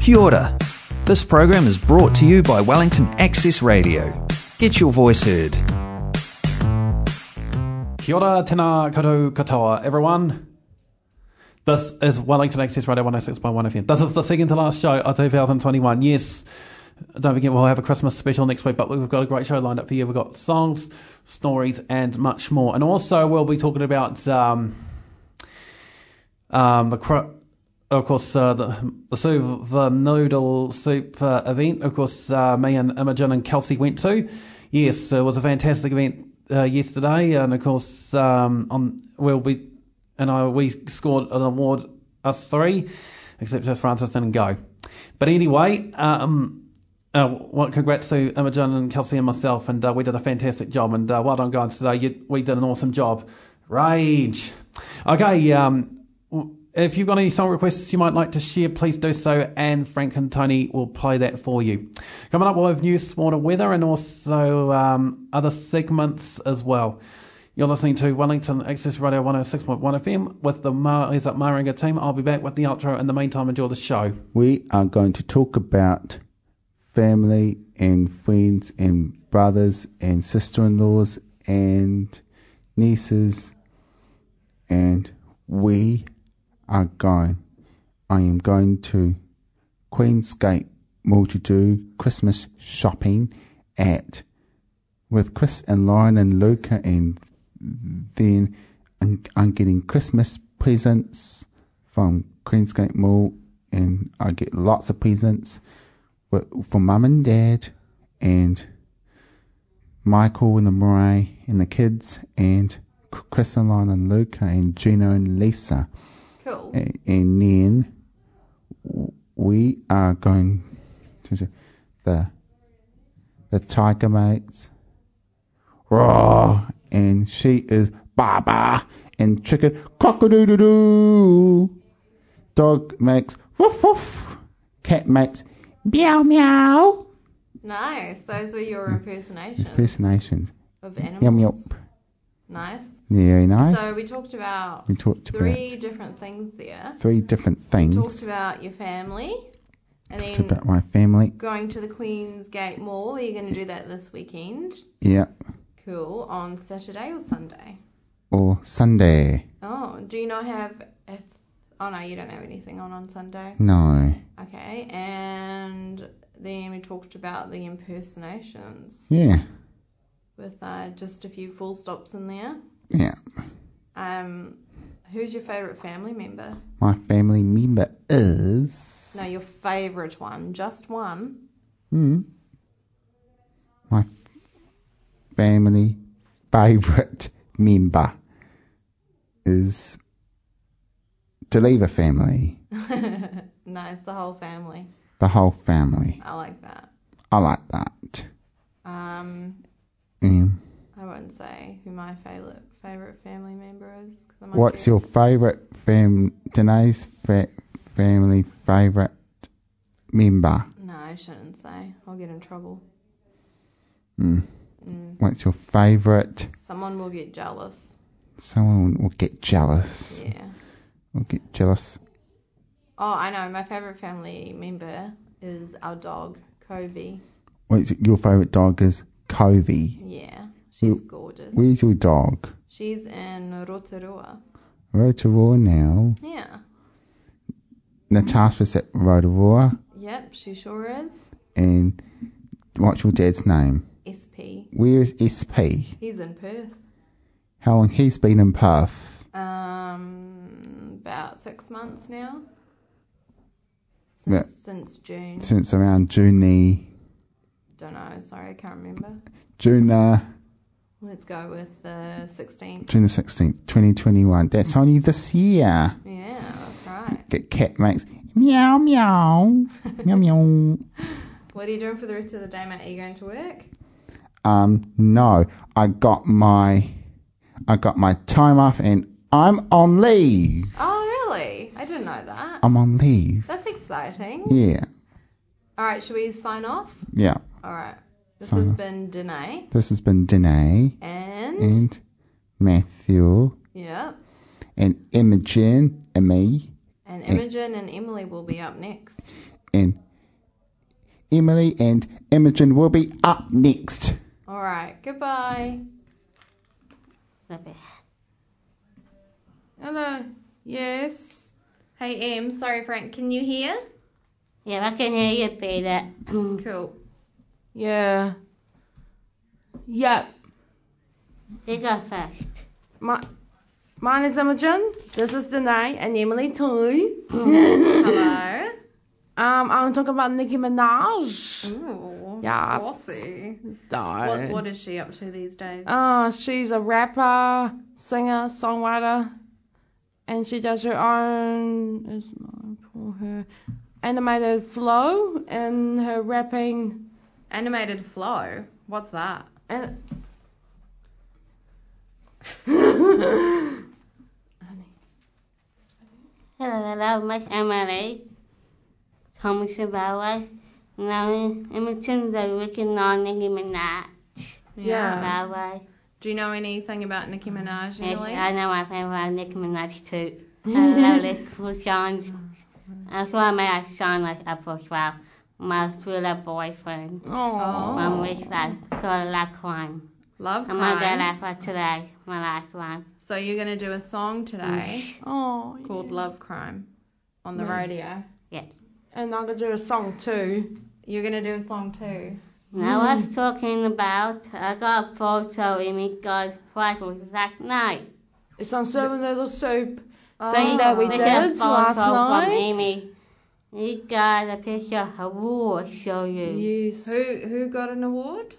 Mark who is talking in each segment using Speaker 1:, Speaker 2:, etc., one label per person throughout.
Speaker 1: Kia ora. This program is brought to you by Wellington Access Radio. Get your voice heard.
Speaker 2: Kia ora, tēnā koutou katoa, everyone. This is Wellington Access Radio 106.1 FM. This is the second to last show of 2021. Yes, don't forget we'll have a Christmas special next week, but we've got a great show lined up for you. We've got songs, stories, and much more. And also we'll be talking about um, um, the cro- of course, uh, the, the soup, the noodle soup uh, event. Of course, uh, me and Imogen and Kelsey went to. Yes, it was a fantastic event uh, yesterday, and of course, um, on well, we and I we scored an award us three, except just Francis didn't go. But anyway, um, uh, well, congrats to Imogen and Kelsey and myself, and uh, we did a fantastic job. And uh, well done, guys, today. You, we did an awesome job. Rage. Okay, um, w- if you've got any song requests you might like to share, please do so, and Frank and Tony will play that for you. Coming up, we'll have news, sport, and weather, and also um, other segments as well. You're listening to Wellington Access Radio 106.1 FM with the Ma's Up Maranga team. I'll be back with the outro. In the meantime, enjoy the show.
Speaker 3: We are going to talk about family and friends and brothers and sister in laws and nieces. And we are going, I am going to Queensgate Mall to do Christmas shopping at with Chris and Lauren and Luca, and then I'm, I'm getting Christmas presents from Queensgate Mall, and I get lots of presents wi- from mum and dad, and Michael and the Murray and the kids, and C- Chris and Lauren and Luca, and Gino and Lisa,
Speaker 4: Cool.
Speaker 3: A- and then w- we are going to do the the tiger mates. Roar! And she is Baba and chicken cock a doo doo doo. Dog makes woof woof. Cat makes meow meow.
Speaker 4: Nice. Those were your impersonations
Speaker 3: Impersonations.
Speaker 4: of animals.
Speaker 3: Yum yum.
Speaker 4: Nice.
Speaker 3: Very nice.
Speaker 4: So we talked about
Speaker 3: we talked about
Speaker 4: three different things there.
Speaker 3: three different
Speaker 4: We
Speaker 3: things.
Speaker 4: talked about your family, and
Speaker 3: Talked
Speaker 4: then
Speaker 3: about my family.
Speaker 4: going to the Queen's Gate Mall. Are you going to do that this weekend?
Speaker 3: Yeah.
Speaker 4: Cool. On Saturday or Sunday?
Speaker 3: Or Sunday.
Speaker 4: Oh, do you not have? A th- oh no, you don't have anything on on Sunday.
Speaker 3: No.
Speaker 4: Okay, and then we talked about the impersonations
Speaker 3: Yeah.
Speaker 4: with uh, just a few full stops in there.
Speaker 3: Yeah.
Speaker 4: Um, who's your favourite family member?
Speaker 3: My family member is.
Speaker 4: No, your favourite one, just one.
Speaker 3: Hmm. My family favourite member is Deliver family,
Speaker 4: nice, the whole family.
Speaker 3: the whole family.
Speaker 4: I like that.
Speaker 3: I like that.
Speaker 4: Um,
Speaker 3: Um,
Speaker 4: I won't say who my favourite favourite family member is. 'cause I might
Speaker 3: what's
Speaker 4: get-
Speaker 3: your favourite fam? Danae's fa- family favourite member.
Speaker 4: No, I shouldn't say. I'll get in trouble.
Speaker 3: Hmm.
Speaker 4: Mm.
Speaker 3: What's your favourite?
Speaker 4: Someone will get jealous.
Speaker 3: Someone will get jealous.
Speaker 4: Yeah.
Speaker 3: Will get jealous.
Speaker 4: Oh, I know. My favourite family member is our dog, Covey.
Speaker 3: What's your favourite dog? Is Covey.
Speaker 4: Yeah, she's gorgeous.
Speaker 3: Where's your dog?
Speaker 4: She's in Rotorua.
Speaker 3: Rotorua now.
Speaker 4: Yeah.
Speaker 3: Natasha's at Rotorua.
Speaker 4: Yep, she sure is.
Speaker 3: And what's your dad's name?
Speaker 4: SP.
Speaker 3: Where is SP?
Speaker 4: He's in Perth.
Speaker 3: How long he's been in Perth?
Speaker 4: Um, about six months now. Since,
Speaker 3: Yeah.
Speaker 4: since June.
Speaker 3: Since around June,
Speaker 4: Don't know. Sorry, I can't remember.
Speaker 3: June, uh,
Speaker 4: Let's go with the 16th.
Speaker 3: June the 16th, 2021. That's only this year.
Speaker 4: Yeah, that's right.
Speaker 3: Get cat makes meow meow meow meow.
Speaker 4: What are you doing for the rest of the day, mate? Are you going to work?
Speaker 3: Um, no, I got my I got my time off and I'm on leave.
Speaker 4: Oh, really? I didn't know that.
Speaker 3: I'm on leave.
Speaker 4: Ah. That's exciting.
Speaker 3: Yeah,
Speaker 4: All right, should we sign off?
Speaker 3: yeah.
Speaker 4: All right. This
Speaker 3: Sign
Speaker 4: has
Speaker 3: off.
Speaker 4: been Danae
Speaker 3: This has been Danae.
Speaker 4: and,
Speaker 3: and Matthew
Speaker 4: yep,
Speaker 3: and Imogen and me
Speaker 4: and Imogen and Emily will be up next.
Speaker 3: and Emily and Imogen will be up next.
Speaker 4: All right. Goodbye.
Speaker 5: Not bad. Hello. Yes.
Speaker 4: Hey, Em. Sorry, Frank. Can you hear?
Speaker 5: Yeah, I can hear you, Peter.
Speaker 4: Cool.
Speaker 6: Yeah. Yep.
Speaker 5: You go first.
Speaker 6: My, mine is Imogen. This is Danae and Emily too.
Speaker 4: Hello.
Speaker 6: Um, I'm talking about Nicki Minaj.
Speaker 4: Ooh.
Speaker 6: Yes.
Speaker 4: Saucy. What,
Speaker 6: Darn.
Speaker 4: what is she up to these days?
Speaker 6: Uh, she's a rapper, singer, songwriter, and she does her own it's not for her animated flow in her rapping.
Speaker 4: Animated flow. What's that?
Speaker 6: And
Speaker 5: Hello, hello, Miss Emily. Thomas Sabala. Now, Emerson, the wicked non-Nicki Minaj.
Speaker 6: Yeah.
Speaker 5: Bye-bye.
Speaker 4: Do you know anything about Nicki Minaj,
Speaker 5: Yes,
Speaker 4: Emily?
Speaker 5: I know my favorite Nicki Minaj too. I love these cool songs. I feel I made a song like Apple Swap. My thriller boyfriend.
Speaker 6: oh,
Speaker 5: One week like called Luck One.
Speaker 4: Love
Speaker 5: And my
Speaker 4: crime.
Speaker 5: dad I for today, my last one.
Speaker 4: So you're gonna do a song today
Speaker 6: oh,
Speaker 4: called Love Crime on the radio.
Speaker 6: and I'm gonna do a song too.
Speaker 4: You're gonna do a song too.
Speaker 5: Now I was talking about I got a photo in me God's presence last night.
Speaker 6: It's on serving noodle soup.
Speaker 4: Oh,
Speaker 6: Thing that we
Speaker 5: With
Speaker 6: did
Speaker 5: a photo
Speaker 6: last
Speaker 5: from
Speaker 6: night?
Speaker 5: Amy. You got a picture of her wall I show you.
Speaker 6: Yes.
Speaker 4: Who who got an award?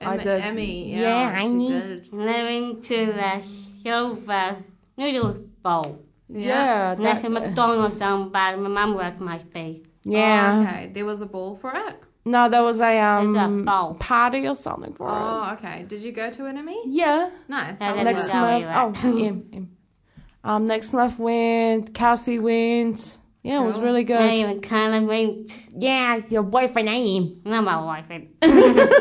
Speaker 6: I
Speaker 4: Em-
Speaker 6: did.
Speaker 4: Emmy. Yeah,
Speaker 5: Yeah, I
Speaker 4: she
Speaker 5: need-
Speaker 4: did.
Speaker 5: Living to the silver noodle bowl.
Speaker 6: Yeah.
Speaker 5: That's a
Speaker 6: that-
Speaker 5: McDonald's down by my mum worked my feet.
Speaker 6: Yeah.
Speaker 4: Oh, okay. There was a ball for it.
Speaker 6: No, there was a
Speaker 5: It's a
Speaker 6: um
Speaker 5: bowl.
Speaker 6: party or something for it.
Speaker 4: Oh, okay. Did you go to an Emmy?
Speaker 6: Yeah.
Speaker 4: Nice.
Speaker 5: Yeah,
Speaker 4: I
Speaker 5: that
Speaker 4: love
Speaker 6: Nick
Speaker 5: was
Speaker 4: it.
Speaker 5: our
Speaker 6: Smith.
Speaker 5: way
Speaker 6: Oh, yeah. yeah. Um, Nick Smith went. Kelsey went. Yeah, it was
Speaker 4: Cool.
Speaker 6: really
Speaker 5: I
Speaker 6: good.
Speaker 5: even kind of winked.
Speaker 6: Yeah, your boyfriend, I am.
Speaker 5: Not my boyfriend.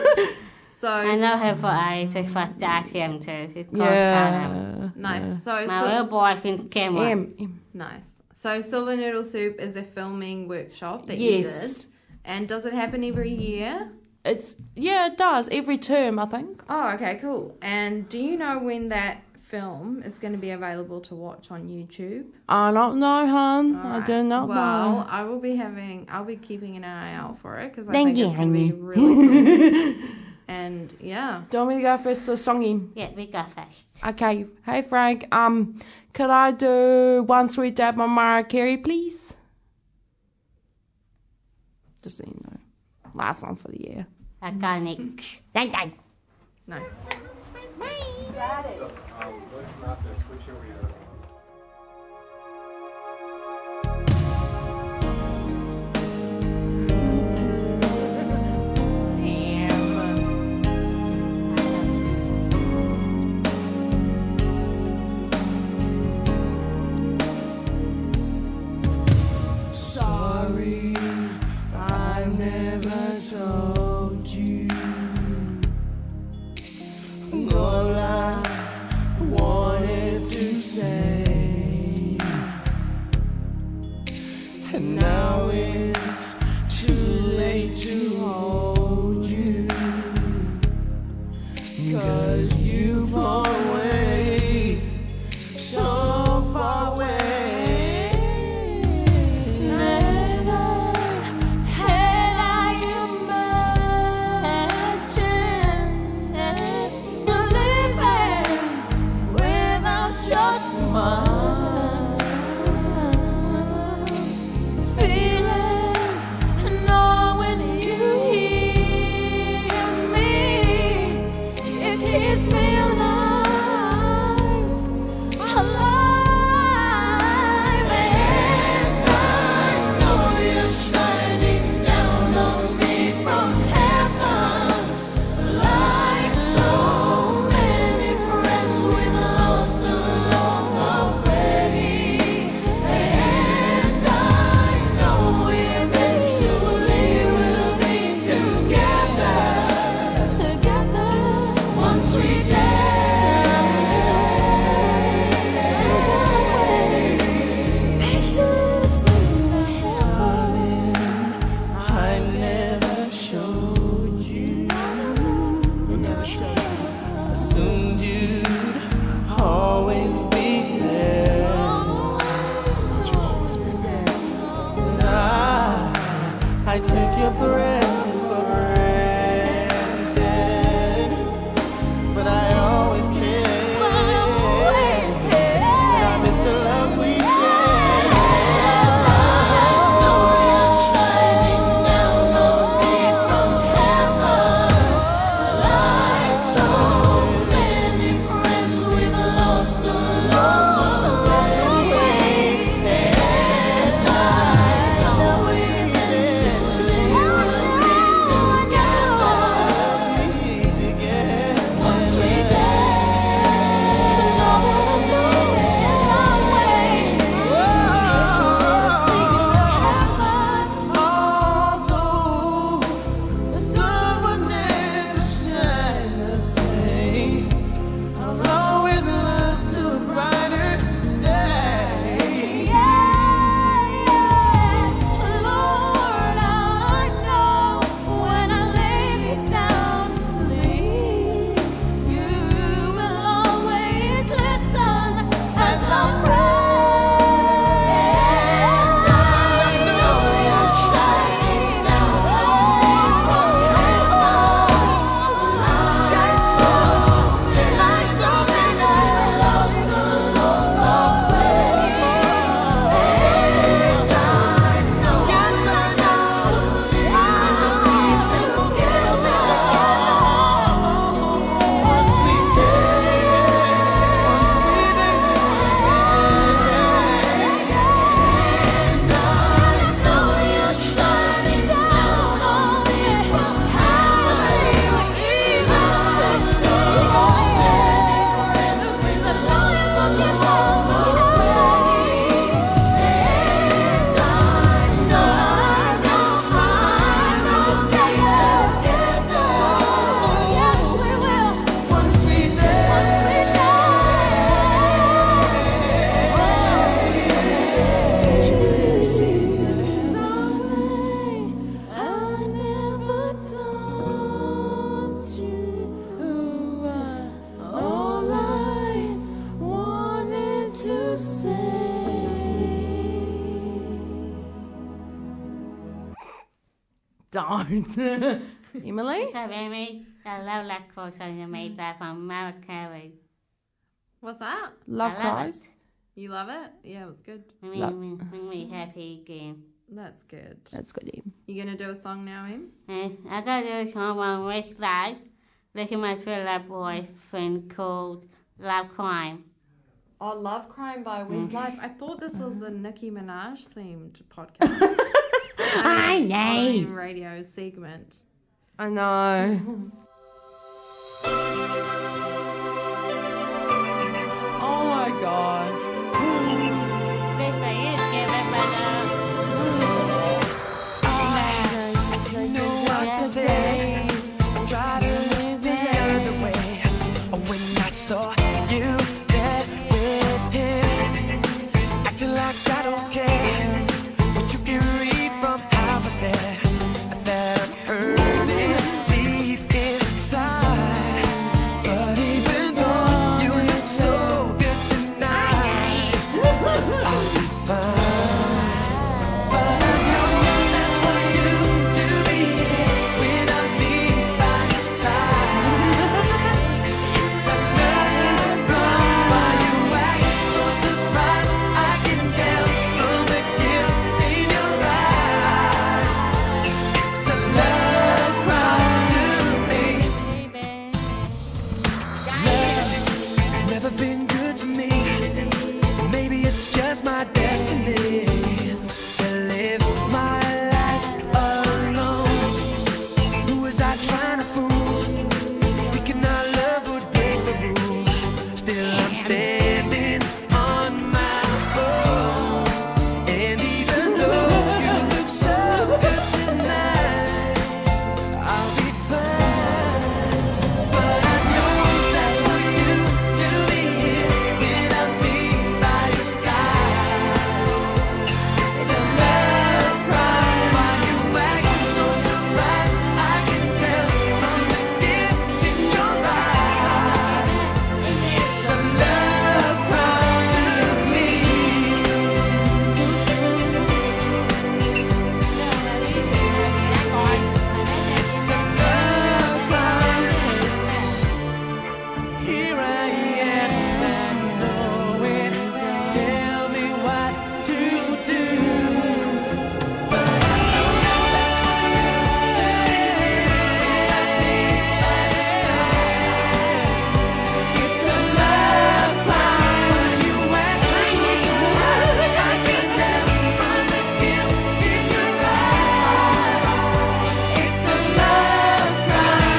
Speaker 5: I
Speaker 4: So
Speaker 5: know her for ages, for Dacium too. It's called Callum.
Speaker 6: Yeah.
Speaker 4: nice. So
Speaker 5: My
Speaker 4: Sil-
Speaker 5: little boyfriend's Cameron.
Speaker 6: Em, em.
Speaker 4: nice. So Silver Noodle Soup is a filming workshop that you did.
Speaker 6: Yes.
Speaker 4: And does it happen every year?
Speaker 6: It's yeah, it does every term, I think.
Speaker 4: Oh, okay, cool. And do you know when that film is going to be available to watch on YouTube?
Speaker 6: I don't know, hun. Mm, I
Speaker 4: Alright.
Speaker 6: do not
Speaker 4: well,
Speaker 6: know.
Speaker 4: I will be having, I'll be keeping an eye out for it because I think
Speaker 5: Thank you,
Speaker 4: it's going to be
Speaker 5: Amy.
Speaker 4: really cool. and yeah,
Speaker 6: Do you want me to go first or songy?
Speaker 5: Yeah, we go first.
Speaker 6: Okay. Hey Frank. Um, could I do One Sweet Dab by Mariah Carey, please? Just so you know, last one for the year.
Speaker 5: Iconic. Dang, dang.
Speaker 4: nice.
Speaker 7: Sorry, I never told you. All I wanted to say, and now it's too late to hold you. Cause you've away so far away. Never had I imagined you're living without your smile. Feeling, knowing you hear me, it keeps me alive.
Speaker 6: Oh, Don't. Emily?
Speaker 5: So Amy, the love like course I made that from Mara Carey.
Speaker 4: What's that?
Speaker 6: Love
Speaker 5: I love
Speaker 6: cries.
Speaker 5: it.
Speaker 4: You love it? Yeah, it was good.
Speaker 5: It made me, made me happy again.
Speaker 4: That's good.
Speaker 6: That's good, Em.
Speaker 4: You gonna do a song now, Em?
Speaker 5: And I got this song on Rick Life. Look at my thriller boyfriend called Love Crime.
Speaker 4: Oh, Love Crime by Westlife. I thought this was a Nicki Minaj themed podcast. Um,
Speaker 5: I
Speaker 4: Crime
Speaker 5: know.
Speaker 4: radio segment.
Speaker 6: I know. oh my god.
Speaker 5: This thing is giving me the-
Speaker 8: Never been good to me. Maybe it's just my destiny to live my life alone. Who is I trying to fool? Thinking our love would break the rules. Still I'm standing on my own. And even though you look so good tonight, I'll be fine. But I know that for you to be here without me by your side, it's a love cry. Why you act so surprised? I can tell from the gift in your eyes. It's a love cry to me. It's a love cry. Here I am, not knowing. Tell me what to do. But I know that It's a love cry. You act like I can tell from the guilt in your eyes. It's a love cry.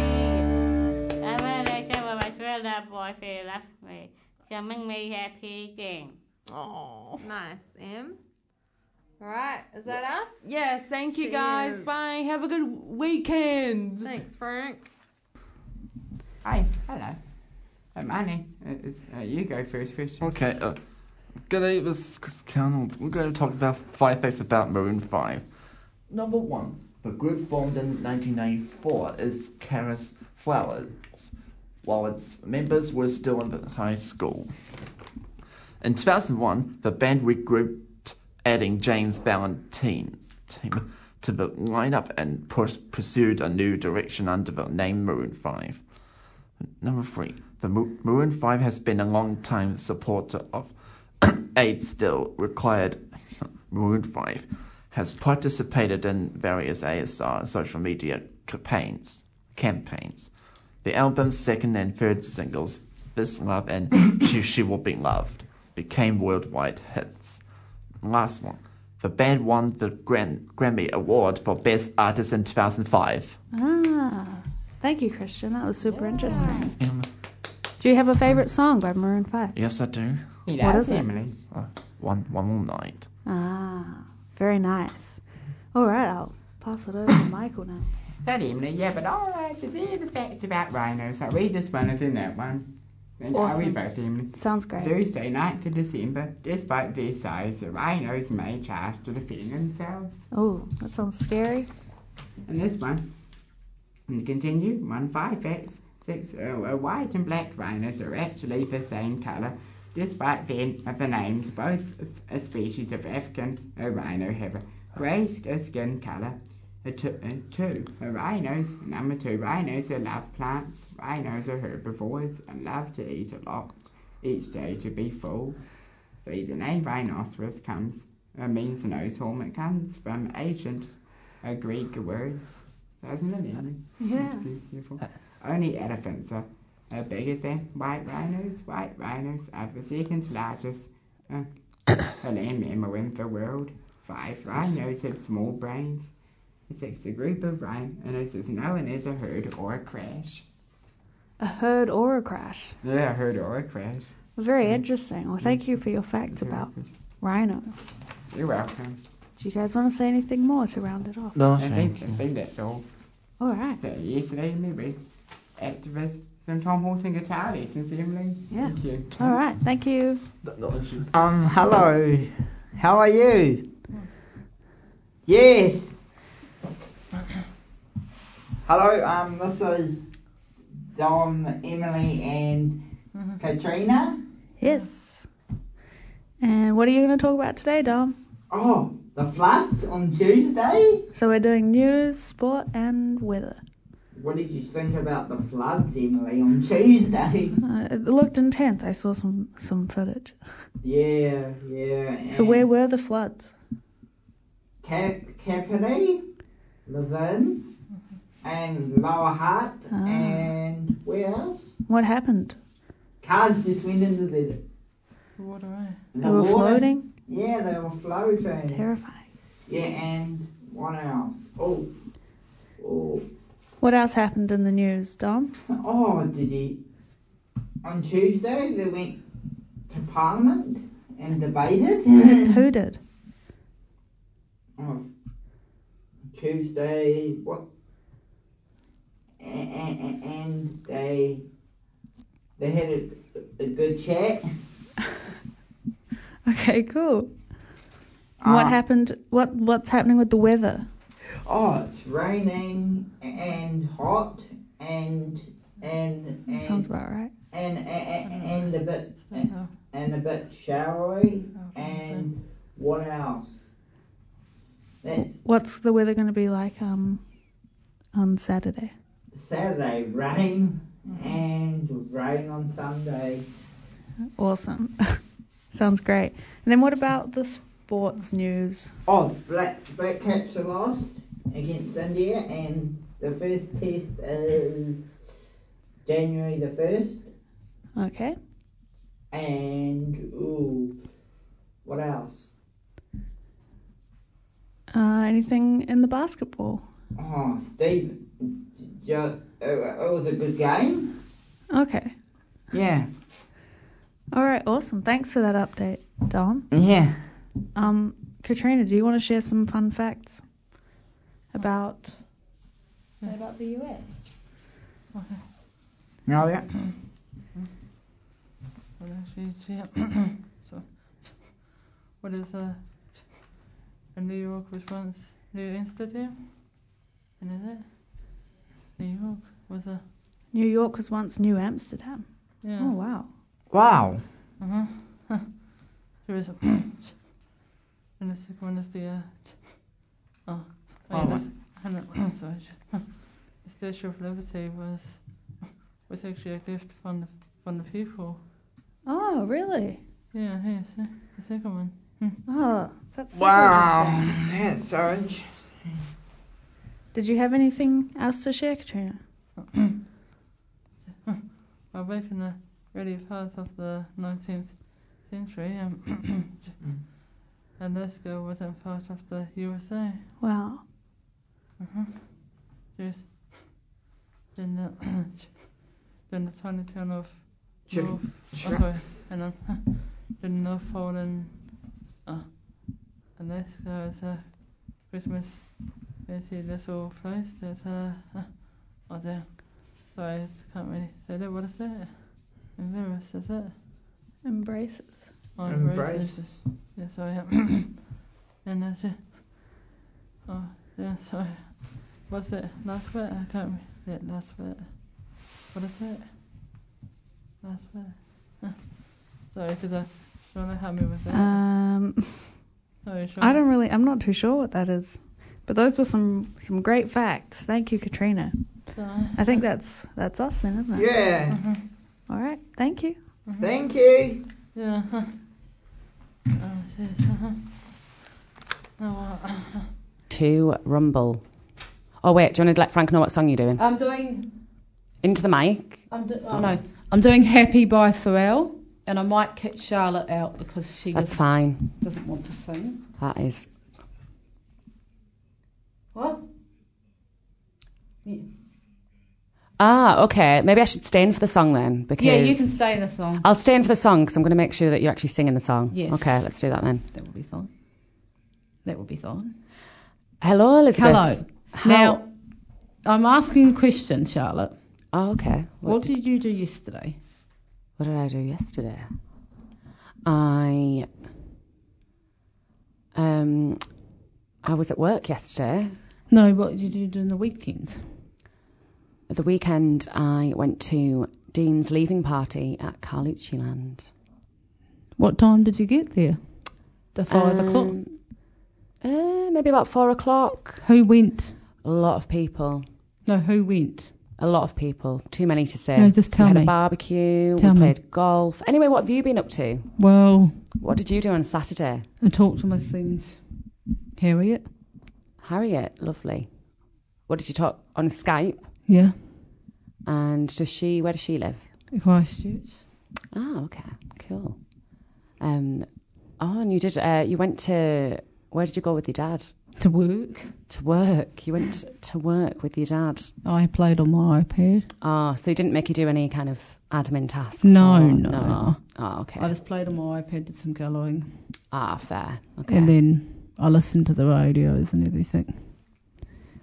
Speaker 5: I really say what my thriller boyfriend left me. So make me happy again.
Speaker 6: Oh.
Speaker 4: Nice, Em. All right, is that us?
Speaker 6: Yeah, thank you guys.
Speaker 4: Cheers.
Speaker 6: Bye. Have a good weekend.
Speaker 4: Thanks, Frank.
Speaker 9: Hi, hello. I'm Annie. Uh, it's- uh, you go first, Christian.
Speaker 10: Okay, uh, good evening, this is Chris Connell. We're going to talk about five facts about Maroon 5. Number one, the group formed in 1994 is Karis Flowers, while its members were still in high school. In 2001, the band regrouped, adding James Valentine team to the lineup and pus- pursued a new direction under the name Maroon 5. Number three, the Mo- Maroon 5 has been a long-time supporter of aid still required. Maroon 5 has participated in various ASR social media campaigns. Campaigns. The album's second and third singles, "This Love" and "She She Will Be Loved," became worldwide hits. Last one, the band won the Gran- Grammy Award for Best Artist in 2005.
Speaker 6: Ah.
Speaker 11: Thank you, Christian. That was super interesting. Do you have a favorite song by Maroon 5?
Speaker 10: Yes, I do.
Speaker 11: He What does, is it? Emily.
Speaker 10: Uh, one, one more night.
Speaker 11: Ah, very nice. All right, I'll pass it over to Michael now.
Speaker 9: That Emily, yeah, but all right, there are the facts about rhinos. I read this one and then that one. And I
Speaker 11: Awesome.
Speaker 9: read both Emily.
Speaker 11: Sounds great.
Speaker 9: Thursday, 9th of December, despite their size, the rhinos may charge to defend themselves.
Speaker 11: Oh, that sounds scary.
Speaker 9: And this one, and continue, one five facts, six, oh, uh, white and black rhinos are actually the same colour, despite then of the names, both of a species of African uh, rhino have a grey sk- uh, skin colour. Uh, two, uh, two uh, rhinos, number two, rhinos are love plants, rhinos are herbivores and love to eat a lot, each day to be full. Three, the name rhinoceros comes, uh, means nose horn, it comes from ancient uh, Greek words, doesn't it? Emily?
Speaker 7: Yeah.
Speaker 9: Beautiful. Only elephants are, are bigger than white rhinos. White rhinos are the second largest uh, land mammal in the world. Five rhinos have small brains. Six, a group of rhinos is known as a herd or a crash.
Speaker 11: A herd or a crash.
Speaker 9: Yeah, a herd or a crash.
Speaker 11: Very interesting. Well, thank you for your facts about rhinos.
Speaker 9: You're welcome.
Speaker 11: Do you guys want to say anything more to round it off?
Speaker 9: I think, I think that's all.
Speaker 11: All right.
Speaker 9: So yesterday, maybe activists and Tom Horton guitar lessons, Emily.
Speaker 11: Yeah.
Speaker 9: Thank you.
Speaker 11: All right. Thank you.
Speaker 12: Um, hello. How are you? Yes. Hello, um, this is Dom, Emily, and Katrina.
Speaker 11: Yes. And what are you going to talk about today, Dom?
Speaker 12: Oh, the floods on Tuesday.
Speaker 11: So we're doing news, sport, and weather.
Speaker 12: What did you think about the floods, Emily, on Tuesday?
Speaker 11: Uh, it looked intense. I saw some some footage.
Speaker 12: Yeah, yeah.
Speaker 11: So where were the floods?
Speaker 12: Cap- Capity, Levin, and Lower Hutt,
Speaker 11: Ah.
Speaker 12: and where else?
Speaker 11: What happened?
Speaker 12: Cars just went into the,
Speaker 9: Water,
Speaker 12: the
Speaker 11: They were
Speaker 12: water.
Speaker 11: floating.
Speaker 12: Yeah, they were floating.
Speaker 11: Terrifying.
Speaker 12: Yeah, and what else? Oh, oh,
Speaker 11: What else happened in the news, Dom?
Speaker 12: oh, did you? On Tuesday, they went to Parliament and debated.
Speaker 11: Who did?
Speaker 12: Oh, Tuesday, what? And, and, and they they had a, a good chat.
Speaker 11: Okay, cool. And what
Speaker 12: Ah.
Speaker 11: happened? What what's happening with the weather?
Speaker 12: Oh, it's raining and hot and and and
Speaker 11: Sounds about right.
Speaker 12: and and, and a bit and, a bit showery
Speaker 11: Oh,
Speaker 12: and what else? That's
Speaker 11: What's the weather going to be like um on Saturday?
Speaker 12: Saturday rain
Speaker 11: Mm-hmm.
Speaker 12: and rain on Sunday.
Speaker 11: Awesome. Sounds great. And then what about the sports news?
Speaker 12: Oh, Black Black Caps are lost against India, and the first test is January the first.
Speaker 11: Okay.
Speaker 12: And ooh, what else?
Speaker 11: Uh, anything in the basketball?
Speaker 12: Oh, Steve, jo- uh, it was a good game.
Speaker 11: Okay.
Speaker 12: Yeah.
Speaker 11: All right. Awesome. Thanks for that update, Dom.
Speaker 12: Yeah.
Speaker 11: Um, Katrina, do you want to share some fun facts about
Speaker 4: What about the US?
Speaker 9: No, yeah.
Speaker 10: What is she, she so,
Speaker 13: What is a, a New York response? New Institute? And is it? New York was a.
Speaker 11: New York was once New Amsterdam? Oh wow.
Speaker 12: Wow.
Speaker 13: Uh huh. there is a. and the second one is the. Uh, oh, oh, yeah,
Speaker 12: Oh,
Speaker 13: this, and, sorry. the Statue of Liberty was was actually a gift from the, from the people.
Speaker 11: Oh really?
Speaker 13: Yeah, yes, yeah, the second one. Hmm.
Speaker 11: Oh, that's super
Speaker 12: Wow.
Speaker 11: interesting.
Speaker 12: That's so interesting.
Speaker 11: Did you have anything else to share, Katrina?
Speaker 13: Well, back in the early parts of the 19th century, um, Alaska wasn't part of the USA.
Speaker 11: Wow.
Speaker 13: Mhm. Yes. Mm-hmm. Then the then the tiny town of
Speaker 7: Chicken-
Speaker 13: North, oh,
Speaker 7: chicken.
Speaker 13: sorry, hang on. then North Foreland, uh, and this goes uh, Christmas. You see this all place that uh, uh, oh dear, sorry, I can't really say that. What is that? Embarrassed, is it?
Speaker 11: Embraces.
Speaker 13: Oh,
Speaker 11: Embrace.
Speaker 13: embraces. Yeah, sorry. and that's it. Oh, yeah, sorry. What's that last bit? I can't read that last bit. What is that? Last bit. Huh. sorry, because I don't know how me with that.
Speaker 11: Um,
Speaker 13: sorry, Sean.
Speaker 11: I don't really. I'm not too sure what that is. But those were some some great facts. Thank you, Katrina. I think that's that's us then, isn't it?
Speaker 12: Yeah.
Speaker 11: All right. Thank you.
Speaker 13: Mm-hmm.
Speaker 12: Thank you.
Speaker 13: Yeah. huh. Oh, jeez. Uh-huh. No, uh,
Speaker 14: to Rumble. Oh wait, do you want to let Frank know what song you're doing?
Speaker 15: I'm doing.
Speaker 14: Into the mic.
Speaker 15: I'm do- Um, oh, no. I'm doing Happy by Pharrell, and I might kick Charlotte out because she
Speaker 14: That's
Speaker 15: doesn't,
Speaker 14: fine.
Speaker 15: doesn't want to sing.
Speaker 14: That is.
Speaker 15: What?
Speaker 14: Ah, okay. Maybe I should stay in for the song then because.
Speaker 15: Yeah, you can stay in the song.
Speaker 14: I'll stay in for the song because I'm going to make sure that you're actually singing the song.
Speaker 15: Yes.
Speaker 14: Okay, let's do that then.
Speaker 15: That will be fine. That will be fine.
Speaker 14: Hello, Elizabeth.
Speaker 15: Hello. Now, I'm asking a question, Charlotte.
Speaker 14: Oh, okay.
Speaker 15: What, did, you do yesterday?
Speaker 14: What did I do yesterday? I um I was at work yesterday.
Speaker 15: No, what did you do in the weekend?
Speaker 14: At the weekend I went to Dean's leaving party at Carlucci Land.
Speaker 15: What time did you get there? The five o'clock.
Speaker 14: Um, Uh, maybe about four o'clock.
Speaker 15: Who went?
Speaker 14: A lot of people.
Speaker 15: No, who went?
Speaker 14: A lot of people. Too many to say.
Speaker 15: No, just tell
Speaker 14: we had
Speaker 15: me.
Speaker 14: a barbecue.
Speaker 15: Tell
Speaker 14: we
Speaker 15: me.
Speaker 14: played golf. Anyway, what have you been up to?
Speaker 15: Well,
Speaker 14: What did you do on Saturday?
Speaker 15: I talked to my friends, Harriet.
Speaker 14: Harriet, lovely. What did you talk on Skype?
Speaker 15: Yeah,
Speaker 14: And does she? Where does she live?
Speaker 15: Christchurch.
Speaker 14: Ah, okay, cool. Um, oh, and you did. Uh, you went to. Where did you go with your dad?
Speaker 15: To work.
Speaker 14: To work. You went to work with your dad.
Speaker 15: I played on my iPad.
Speaker 14: Ah, so he didn't make you do any kind of admin tasks?
Speaker 15: No,
Speaker 14: or-
Speaker 15: no.
Speaker 14: Ah, okay.
Speaker 15: I just played on my iPad, did some galloing,
Speaker 14: Ah, fair. Okay.
Speaker 15: and then I listened to the radios and everything.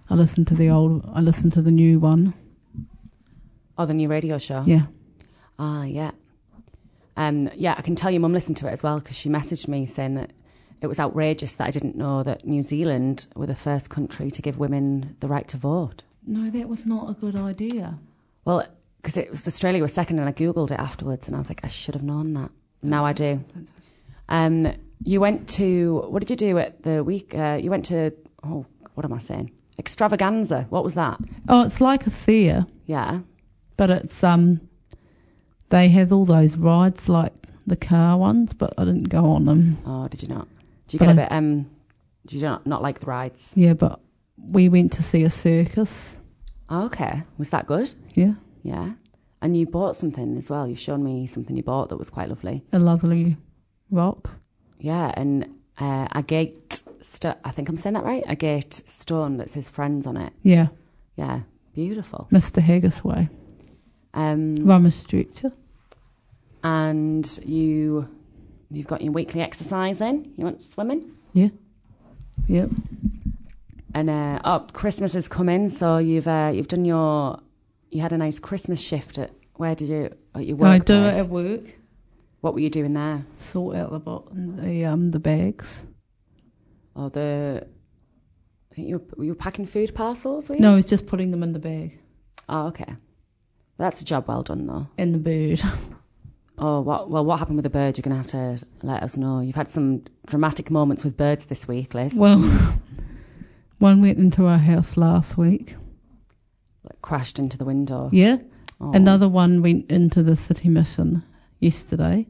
Speaker 15: I listened to the old, I listened to the new one.
Speaker 14: oh, the new radio show.
Speaker 15: Yeah.
Speaker 14: Ah, yeah. Um, yeah, I can tell your mum listened to it as well because she messaged me saying that it was outrageous that I didn't know that New Zealand were the first country to give women the right to vote.
Speaker 15: No, that was not a good idea.
Speaker 14: Well, because it was Australia was second, and I googled it afterwards, and I was like, I should have known that. Now I do. Um, you went to what did you do at the week? Uh, you went to oh, what am I saying? Extravaganza. What was that?
Speaker 15: Oh, it's like a fair,
Speaker 14: Yeah.
Speaker 15: but it's um, they have all those rides like the car ones, but I didn't go on them.
Speaker 14: Oh, did you not? Do you
Speaker 15: But
Speaker 14: get a
Speaker 15: I-
Speaker 14: bit um? Do you not not like the rides?
Speaker 15: Yeah, but we went to see a circus.
Speaker 14: Oh, okay. Was that good?
Speaker 15: Yeah,
Speaker 14: Yeah. And you bought something as well. You've shown me something you bought that was quite lovely.
Speaker 15: a lovely rock.
Speaker 14: Yeah, and uh, a gate. St- I think I'm saying that right. A gate stone that says friends on it.
Speaker 15: Yeah,
Speaker 14: Yeah, beautiful.
Speaker 15: Mr. Haggisway.
Speaker 14: Um,
Speaker 15: Rama stretcher.
Speaker 14: and you you've got your weekly exercise in. You went swimming,
Speaker 15: Yeah. Yep.
Speaker 14: and uh, oh, Christmas has come in, so you've uh, you've done your you had a nice Christmas shift at where did you at your
Speaker 15: I
Speaker 14: workplace?
Speaker 15: do it at work.
Speaker 14: What were you doing there?
Speaker 15: Sort out the bot the um the bags.
Speaker 14: Oh, the I think you were, were you packing food parcels, were you?
Speaker 15: No, it's just putting them in the bag.
Speaker 14: Oh, okay. That's a job well done though.
Speaker 15: In the bird.
Speaker 14: Oh, what, well, what happened with the bird? You're gonna have to let us know. You've had some dramatic moments with birds this week, Liz.
Speaker 15: Well, one went into our house last week.
Speaker 14: crashed into the window.
Speaker 15: Yeah.
Speaker 14: Oh.
Speaker 15: Another one went into the city mission yesterday.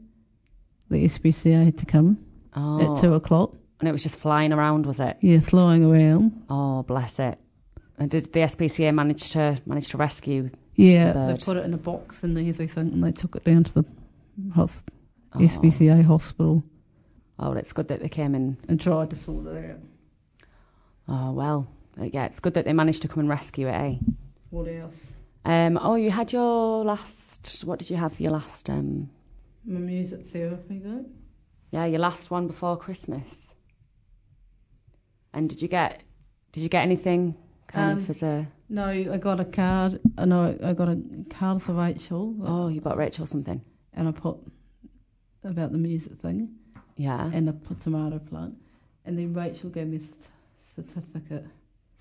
Speaker 15: The SPCA had to come
Speaker 14: Oh.
Speaker 15: at two o'clock.
Speaker 14: And it was just flying around, was it?
Speaker 15: Yeah, flying around.
Speaker 14: Oh, bless it. And did the SPCA manage to manage to rescue?
Speaker 15: Yeah,
Speaker 14: the
Speaker 15: they
Speaker 14: bird?
Speaker 15: put it in a box and everything, and they took it down to the hos- SPCA hospital.
Speaker 14: Oh, well, it's good that they came in.
Speaker 15: And tried to sort it out.
Speaker 14: Oh well, Uh, yeah, it's good that they managed to come and rescue it, eh?
Speaker 15: What else?
Speaker 14: Um, oh, you had your last. What did you have for your last? Um,
Speaker 15: My music therapy group.
Speaker 14: yeah, your last one before Christmas. And did you get? Did you get anything kind
Speaker 15: Um,
Speaker 14: of as a?
Speaker 15: No, I got a card. I know I got a card for Rachel. uh,
Speaker 14: Oh, you bought Rachel something.
Speaker 15: And I put about the music thing.
Speaker 14: Yeah.
Speaker 15: And I put tomato plant. And then Rachel gave me a cert- certificate.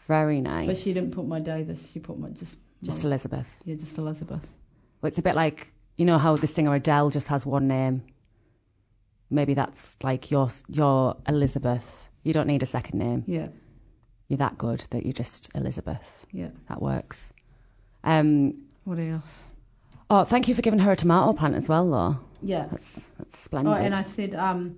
Speaker 14: Very nice.
Speaker 15: But she didn't put my day. This she put my just.
Speaker 14: Just
Speaker 15: my,
Speaker 14: Elizabeth.
Speaker 15: Yeah, just Elizabeth.
Speaker 14: Well, it's a bit like you know how the singer Adele just has one name. Maybe that's like your your Elizabeth. You don't need a second name.
Speaker 15: Yeah.
Speaker 14: You're that good that you're just Elizabeth.
Speaker 15: Yeah.
Speaker 14: That works. Um.
Speaker 15: What else?
Speaker 14: Oh, thank you for giving her a tomato plant as well, though.
Speaker 15: Yeah.
Speaker 14: That's that's splendid.
Speaker 15: Oh, and I said um,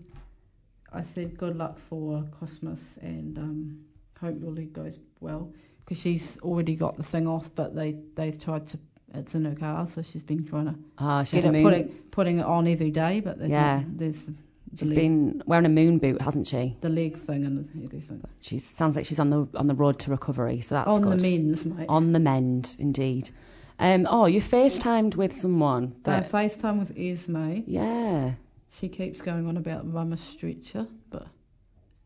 Speaker 15: I said good luck for Christmas and um, hope really goes well because she's already got the thing off, but they they tried to. It's in her car, so she's been trying to
Speaker 14: Ah, she
Speaker 15: get
Speaker 14: had a
Speaker 15: it
Speaker 14: moon-
Speaker 15: putting putting it on every day, but they
Speaker 14: Yeah.
Speaker 15: there's the
Speaker 14: She's
Speaker 15: leg,
Speaker 14: been wearing a moon boot, hasn't she?
Speaker 15: the leg thing and everything.
Speaker 14: She sounds like she's on the on the road to recovery, so that's
Speaker 15: On the
Speaker 14: good.
Speaker 15: mends, mate.
Speaker 14: On the mend, indeed. Um, oh, you FaceTimed with someone.
Speaker 15: They
Speaker 14: That,
Speaker 15: FaceTime with Esme.
Speaker 14: yeah.
Speaker 15: She keeps going on about mama stretcher, but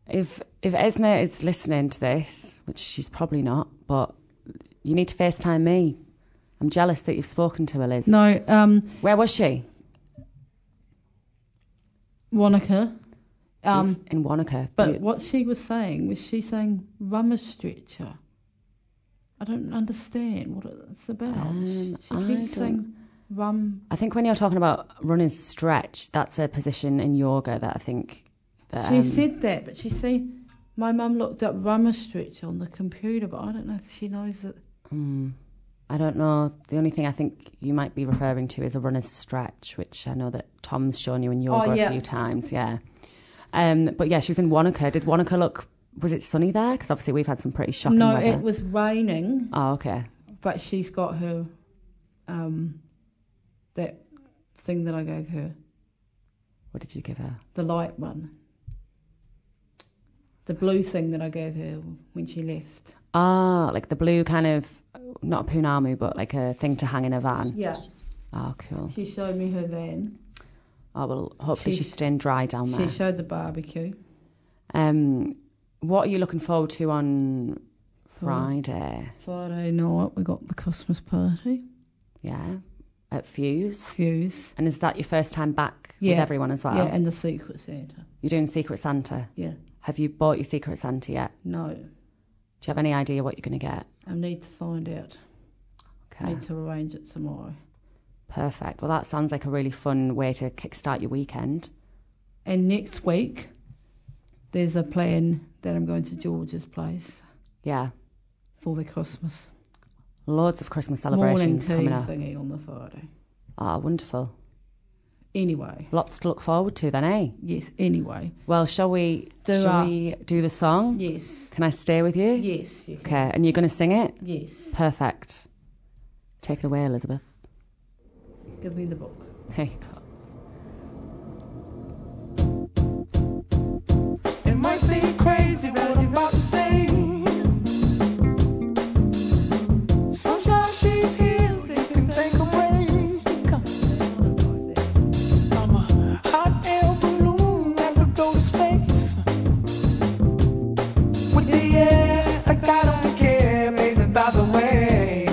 Speaker 14: If if Esme is listening to this, which she's probably not, but you need to FaceTime me. I'm jealous that you've spoken to her, Liz.
Speaker 15: no, um,
Speaker 14: Where was she?
Speaker 15: Wanaka.
Speaker 14: She's
Speaker 15: Um,
Speaker 14: in Wanaka.
Speaker 15: but
Speaker 14: You-
Speaker 15: what she was saying was she saying mama stretcher. I don't understand what it's about.
Speaker 14: Um,
Speaker 15: she
Speaker 14: I
Speaker 15: keeps saying rum.
Speaker 14: I think when you're talking about runner's stretch, that's a position in yoga that I think. That,
Speaker 15: she
Speaker 14: um,
Speaker 15: said that, but she said my mum looked up mama stretcher on the computer, but I don't know if she knows it.
Speaker 14: Hmm. I don't know. The only thing I think you might be referring to is a runner's stretch, which I know that Tom's shown you in yoga
Speaker 15: Oh, yeah.
Speaker 14: a few times. Yeah. Um, but yeah, she was in Wanaka. Did Wanaka look? Was it sunny there? Because obviously we've had some pretty shocking
Speaker 15: no,
Speaker 14: weather.
Speaker 15: it was raining.
Speaker 14: Oh, okay.
Speaker 15: but she's got her um that thing that I gave her,
Speaker 14: What did you give her?
Speaker 15: the light one. The blue thing that I gave her when she left.
Speaker 14: Ah, like the blue kind of, not a punamu, but like a thing to hang in a van.
Speaker 15: Yeah.
Speaker 14: Oh, cool.
Speaker 15: She showed me her then.
Speaker 14: Oh, well, hopefully
Speaker 15: She-
Speaker 14: she's staying dry down there.
Speaker 15: She showed the barbecue.
Speaker 14: Um, what are you looking forward to on Friday?
Speaker 15: Friday night we got the Christmas party.
Speaker 14: Yeah, at Fuse.
Speaker 15: Fuse.
Speaker 14: And is that your first time back with everyone as well?
Speaker 15: Yeah, and the Secret Santa.
Speaker 14: You're doing Secret Santa.
Speaker 15: Yeah.
Speaker 14: Have you bought your Secret Santa yet?
Speaker 15: No.
Speaker 14: Do you have any idea what you're going to get?
Speaker 15: I need to find out.
Speaker 14: Okay.
Speaker 15: Need to arrange it tomorrow.
Speaker 14: Perfect. Well, that sounds like a really fun way to kickstart your weekend.
Speaker 15: And next week there's a plan that I'm going to George's place
Speaker 14: Yeah.
Speaker 15: for the Christmas
Speaker 14: Loads of Christmas celebrations
Speaker 15: morning tea
Speaker 14: coming up.
Speaker 15: thingy on the Friday.
Speaker 14: Ah, wonderful.
Speaker 15: Anyway,
Speaker 14: Lots to look forward to then, eh?
Speaker 15: Yes, anyway.
Speaker 14: Well, shall we
Speaker 15: Do
Speaker 14: shall
Speaker 15: our-
Speaker 14: we do the song?
Speaker 15: Yes.
Speaker 14: Can I stay with you?
Speaker 15: Yes, you
Speaker 14: Okay, and you're going to sing it?
Speaker 15: Yes.
Speaker 14: Perfect. Take it away, Elizabeth.
Speaker 15: give me the book.
Speaker 14: There you
Speaker 8: It might seem crazy what I'm about to say. Sunshine, she's here, you can take a break. I'm a hot air balloon that could go to space. With the air, like I don't care, baby, by the way.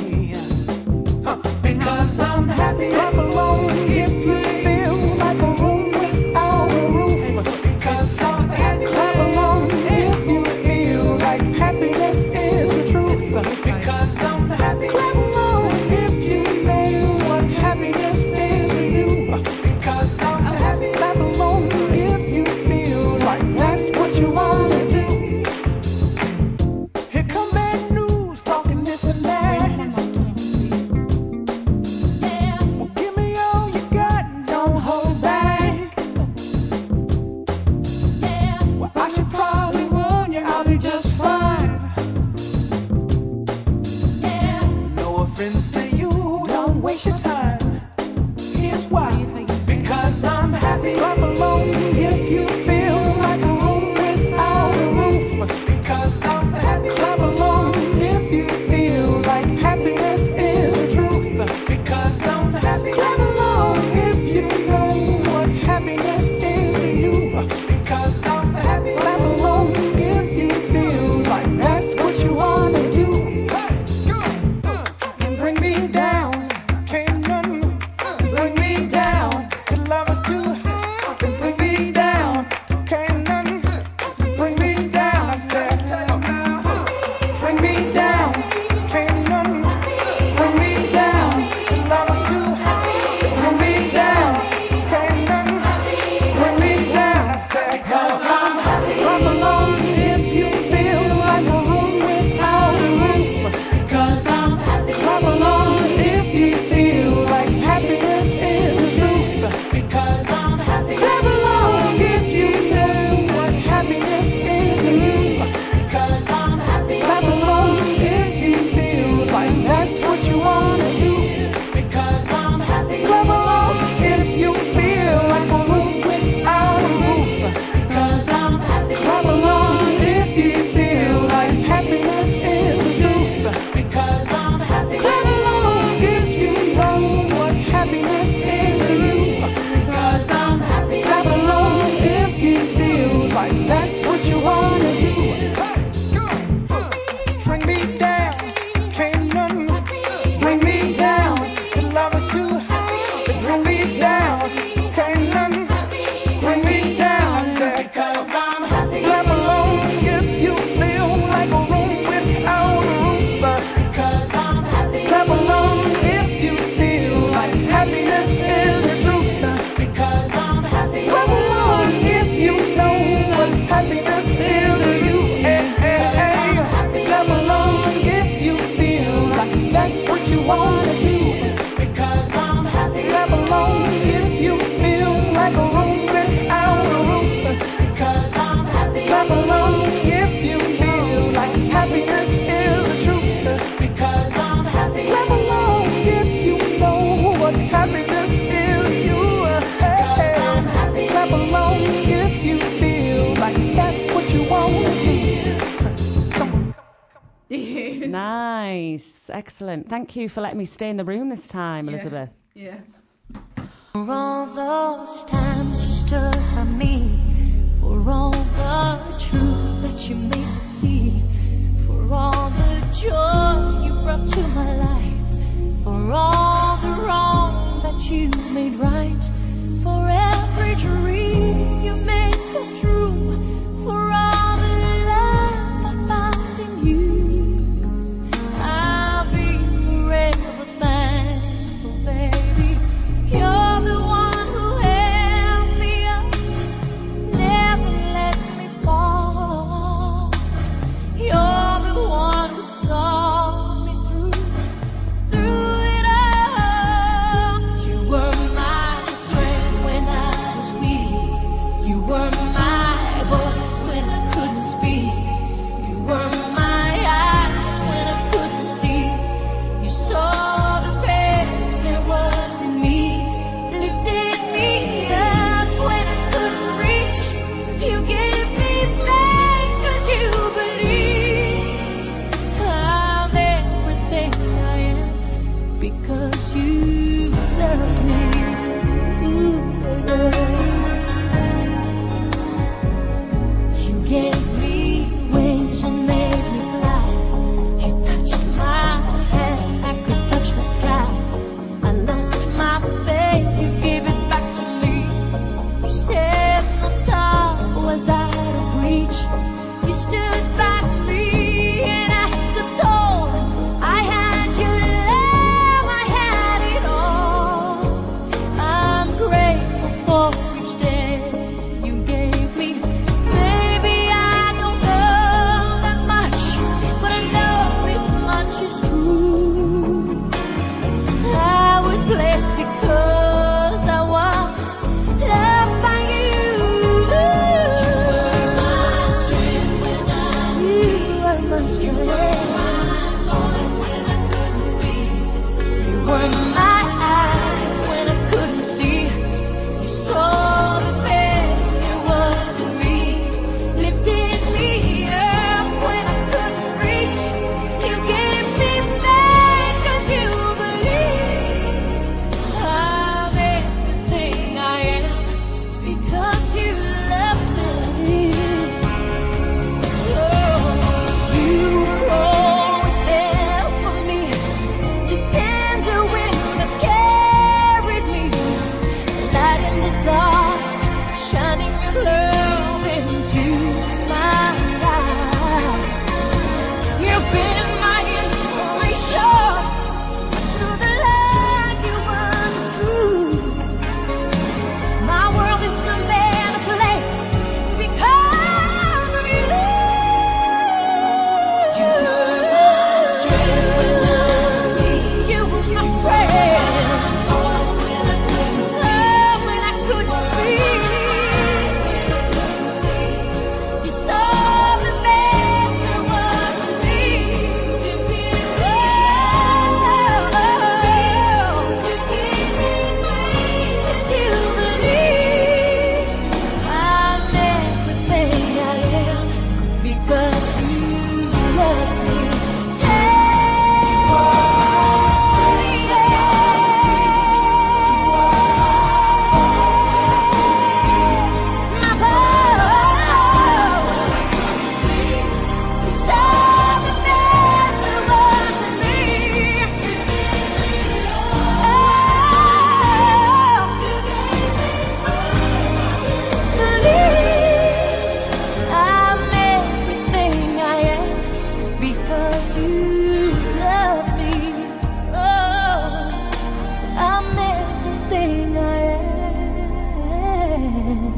Speaker 8: Huh, Because I'm happy, I'm alone, if you
Speaker 15: Yes.
Speaker 14: Nice. Excellent. Thank you for letting me stay in the room this time,
Speaker 7: Yeah.
Speaker 14: Elizabeth.
Speaker 15: Yeah.
Speaker 7: For all those times you stood by me, for all the truth that you made me see, for all the joy you brought to my life, for all the wrong that you made right, for every dream you made come true, for all the love I found in you. I'll be forever thankful, baby. You're the one who held me up, never let me fall. You're the one who saw me through, through it all. You were my strength when I was weak. You were my voice when I couldn't speak. You were my eyes when I couldn't see. You saw the best there was in me, lifted me up when I couldn't reach. You gave me faith 'cause you believe I'm everything I am because you love me. Ooh. You gave me wings and made me fly. You touched my hand, I could touch the sky. I lost my faith, you gave it back to me. You said my star was out of reach. You stood by me and I stood tall. I had your love, I had it all. I'm grateful for each day you gave me. Maybe I don't know that much, but I know as much is true. I was blessed because I was loved by you. You were my strength when I was weak. You were my strength. You were my voice when I couldn't speak. You were my eyes when I couldn't see. You saw the best there was in me. Lifted me up when I couldn't reach. You gave me faith 'cause you believed. I'm everything I am because you love me. Oh, you were always there for me. The tender wind that carried me, light in the dark, shining your love into my life. You've been my inspiration through the lies you were true. My world is a better place because of you. You were my strength when I was weak. You were my strength. Voice when I couldn't speak. When I couldn't speak. You saw the best there was in me. You gave me love. You gave me faith 'cause you believed. I'm everything I am because you love me. I'm everything I am because you love me. Oh, I'm everything I am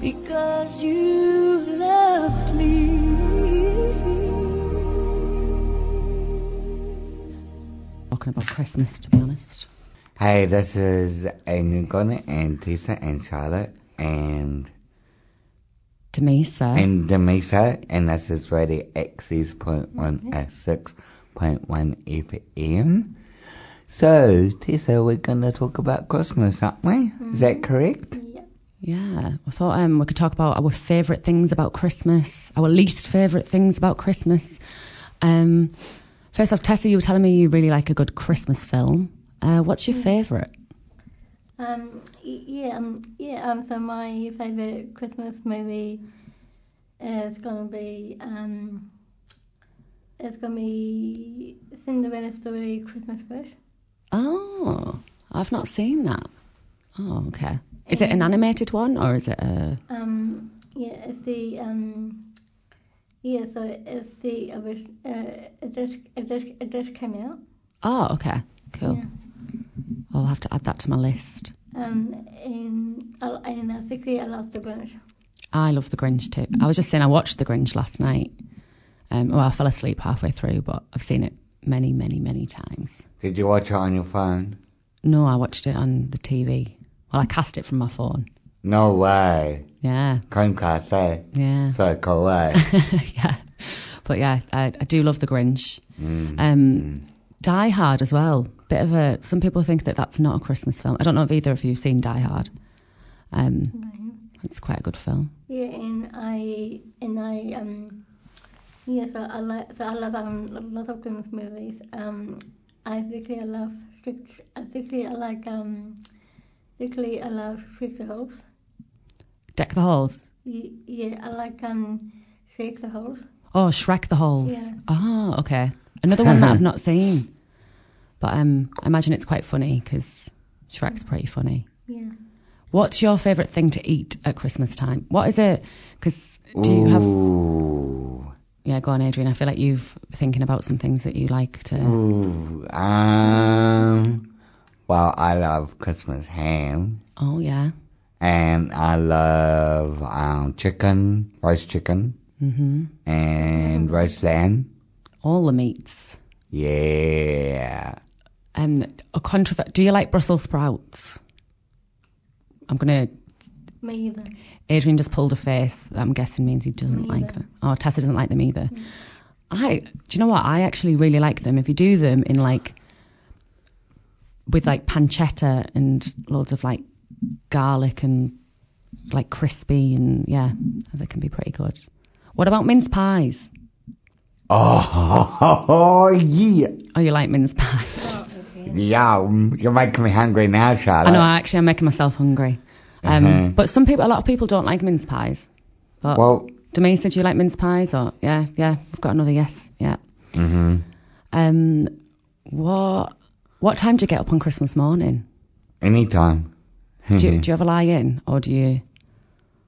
Speaker 7: because you loved me.
Speaker 14: Talking about Christmas, to be honest.
Speaker 16: Hey, this is Adrian Gordon and Tessa and Charlotte and
Speaker 14: Demisa.
Speaker 16: and Demisa, and this is Radio Access point one at six point one FM.
Speaker 14: Mm-hmm.
Speaker 16: So Tessa, we're gonna talk about Christmas, aren't we? Is that correct?
Speaker 14: Yeah, I thought um, we could talk about our favourite things about Christmas, our least favourite things about Christmas. Um, first off, Tessa, you were telling me you really like a good Christmas film. Uh, what's your favourite?
Speaker 17: Um, y- yeah, um, yeah. Um, so my favourite Christmas movie is gonna be um, it's gonna be Cinderella Story Christmas Wish.
Speaker 14: Oh, I've not seen that. Oh, okay. Is it an animated one or is it a?
Speaker 17: Um, yeah, it's the um, yeah. So it's the uh, it just it just it just came out.
Speaker 14: Oh, okay, cool. I'll have to add that to my list.
Speaker 17: Um, in uh, in uh, particularly I love the Grinch.
Speaker 14: I love The Grinch too. I was just saying I watched The Grinch last night. Um, well, I fell asleep halfway through, but I've seen it many, many, many times.
Speaker 16: Did you watch it on your phone?
Speaker 14: No, I watched it on the TV. Well, I cast it from my phone.
Speaker 16: No way.
Speaker 14: Yeah.
Speaker 16: Comcast, eh?
Speaker 14: Yeah.
Speaker 16: So cool, eh?
Speaker 14: But yeah, I, I do love The Grinch.
Speaker 16: Mm.
Speaker 14: Um, Die Hard as well. Bit of a. Some people think that that's not a Christmas film. I don't know if either of you've seen Die Hard. Um, it's quite a good film.
Speaker 17: Yeah, and I and I um yeah, so I like so I love um lots of Christmas movies. Um, I particularly I love Six. I particularly I like um particularly I love Six of Holes.
Speaker 14: Deck the Halls.
Speaker 17: Y- Yeah, I like um Six of Holes.
Speaker 14: Oh, Shrek the Halls.
Speaker 17: Yeah.
Speaker 14: Ah, okay. Another one that I've not seen. But um, I imagine it's quite funny because Shrek's pretty funny.
Speaker 17: Yeah.
Speaker 14: What's your favourite thing to eat at Christmas time? What is it? Because Uh, do you
Speaker 16: have?
Speaker 14: Yeah, go on, Adrian. I feel like you've thinking about some things that you like to.
Speaker 16: Mm. Ooh, um, well, I love Christmas ham,
Speaker 14: Oh yeah.
Speaker 16: and I love um, chicken, roast chicken,
Speaker 14: Mhm.
Speaker 16: and
Speaker 14: Mm-hmm.
Speaker 16: roast lamb.
Speaker 14: All the meats.
Speaker 16: Yeah.
Speaker 14: Um, a controver- Do you like Brussels sprouts? I'm gonna.
Speaker 17: Me either.
Speaker 14: Adrian just pulled a face that I'm guessing means he doesn't like them. Oh, Tessa doesn't like them either. I do you know what? I actually really like them. If you do them in like with like pancetta and loads of like garlic and like crispy and yeah, that can be pretty good. What about mince pies?
Speaker 16: Oh, yeah.
Speaker 14: Oh, you like mince pies?
Speaker 16: Yum. You're making me hungry now, Charlotte.
Speaker 14: I know. I Actually, I'm making myself hungry. Um,
Speaker 16: Mhm.
Speaker 14: But some people, a lot of people don't like mince pies. But
Speaker 16: Well-
Speaker 14: Denise, did you like mince pies? Or yeah, yeah, I've got another yes. Yeah.
Speaker 16: hmm
Speaker 14: Um, what what time do you get up on Christmas morning?
Speaker 16: Anytime.
Speaker 14: Do
Speaker 16: Mm-hmm.
Speaker 14: you, do you ever lie in, or do you?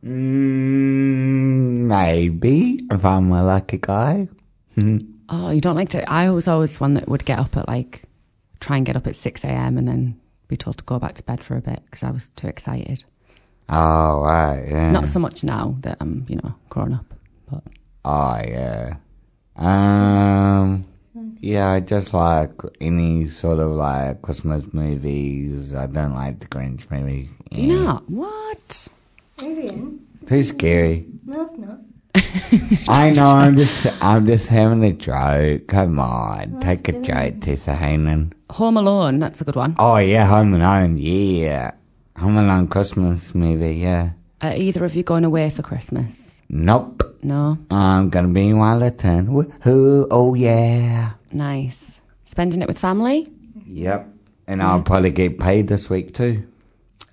Speaker 16: Mm, maybe, if I'm a lucky guy. Mhm.
Speaker 14: Oh, you don't like to. I was always one that would get up at like try and get up at 6 a.m. and then be told to go back to bed for a bit because I was too excited.
Speaker 16: oh, right, yeah.
Speaker 14: Not so much now that I'm, you know, grown up.
Speaker 16: Oh, yeah. Um, yeah, I just like any sort of like Christmas movies. I don't like the Grinch movies.
Speaker 14: Do you not? What?
Speaker 17: Adrian,
Speaker 16: Too scary.
Speaker 17: no, it's not.
Speaker 16: I know, I'm just, I'm just having a joke. Come on, take a
Speaker 14: good.
Speaker 16: joke, Tessa Hainan.
Speaker 14: Home Alone, that's a good one.
Speaker 16: Oh yeah, Home Alone, yeah. Home Alone Christmas movie, yeah.
Speaker 14: Are either of you going away for Christmas?
Speaker 16: Nope.
Speaker 14: No.
Speaker 16: I'm gonna be in Wellington. Woohoo! Oh yeah.
Speaker 14: Nice. Spending it with family?
Speaker 16: Yep. And I'll probably get paid this week too.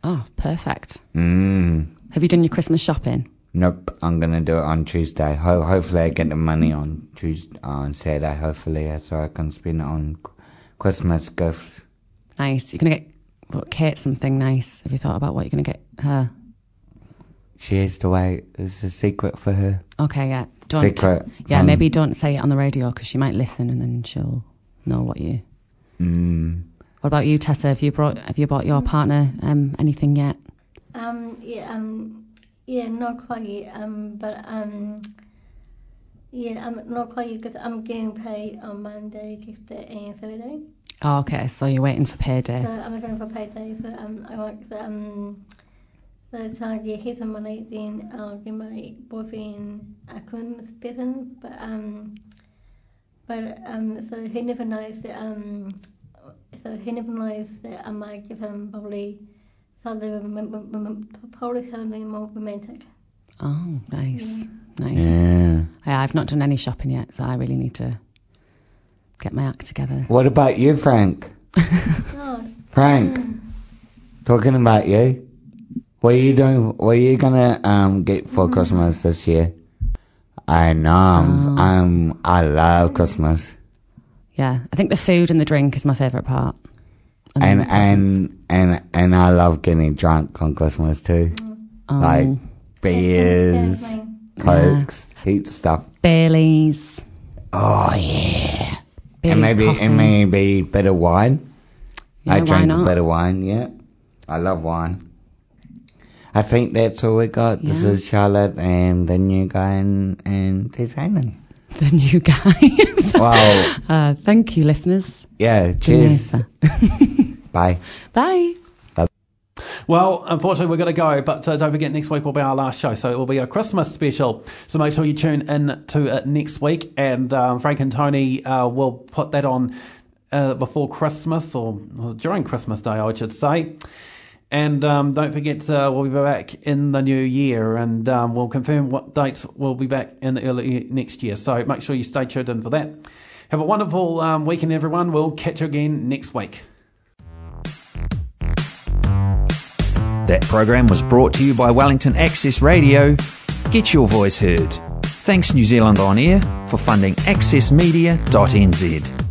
Speaker 14: Oh, perfect.
Speaker 16: Mm.
Speaker 14: Have you done your Christmas shopping?
Speaker 16: Nope. I'm gonna do it on Tuesday. Ho- hopefully I get the money on Tuesday, on Saturday. Hopefully, uh, so I can spend it on Qu- Christmas gifts.
Speaker 14: Nice. You're going to get what, Kate something nice. Have you thought about what you're going to get her?
Speaker 16: She has to wait. It's a secret for her.
Speaker 14: Okay, yeah. Don't.
Speaker 16: Secret
Speaker 14: Yeah,
Speaker 16: from-
Speaker 14: maybe don't say it on the radio 'cause she might listen and then she'll know what you.
Speaker 16: Mm.
Speaker 14: What about you, Tessa? Have you brought have you bought your partner um anything yet?
Speaker 17: Um, yeah, um, yeah, not quite yet, um, but, um, yeah, I'm not quite yet 'cause I'm getting paid on Monday, Tuesday, and Saturday.
Speaker 14: Oh, okay. So you're waiting for payday.
Speaker 17: So I'm going for payday, so, um, I want, so, um, so it's like, yeah, here's some money, then I'll give my boyfriend a Christmas present, but, um, but, um, so he never knows that, um, so he never knows that I might give him probably something, remem- remem- probably something more romantic.
Speaker 14: Oh, nice.
Speaker 17: Yeah.
Speaker 14: Nice.
Speaker 16: Yeah.
Speaker 14: Yeah, I've not done any shopping yet, so I really need to get my act together.
Speaker 16: What about you, Frank? Frank, talking about you, what are you doing? What are you gonna um get for Christmas this year? I know I'm, I'm I love Christmas,
Speaker 14: Yeah, I think the food and the drink is my favourite part.
Speaker 16: and and and and I love getting drunk on Christmas too,
Speaker 14: Oh.
Speaker 16: like beers, cokes, heaps of stuff.
Speaker 14: Bailey's.
Speaker 16: Oh yeah.
Speaker 14: Bailey's
Speaker 16: and maybe
Speaker 14: coffee.
Speaker 16: and maybe better wine.
Speaker 14: Yeah,
Speaker 16: I
Speaker 14: why
Speaker 16: drink
Speaker 14: not?
Speaker 16: better wine, yeah. I love wine. I think that's all we got. This
Speaker 14: Yeah.
Speaker 16: is Charlotte and the new guy and, and Tess Heyman.
Speaker 14: The new guy.
Speaker 16: Wow.
Speaker 14: Uh, thank you, listeners.
Speaker 16: Yeah, cheers. Bye.
Speaker 14: Bye.
Speaker 2: Well, unfortunately, we've got to go, but uh, don't forget next week will be our last show, so it will be a Christmas special. So make sure you tune in to it next week, and um, Frank and Tony uh, will put that on uh, before Christmas or, or during Christmas Day, I should say. And um, don't forget, uh, we'll be back in the new year, and um, we'll confirm what dates we'll be back in the early next year. So make sure you stay tuned in for that. Have a wonderful um, weekend, everyone. We'll catch you again next week.
Speaker 1: That program was brought to you by Wellington Access Radio. Get your voice heard. Thanks New Zealand On Air for funding accessmedia.nz.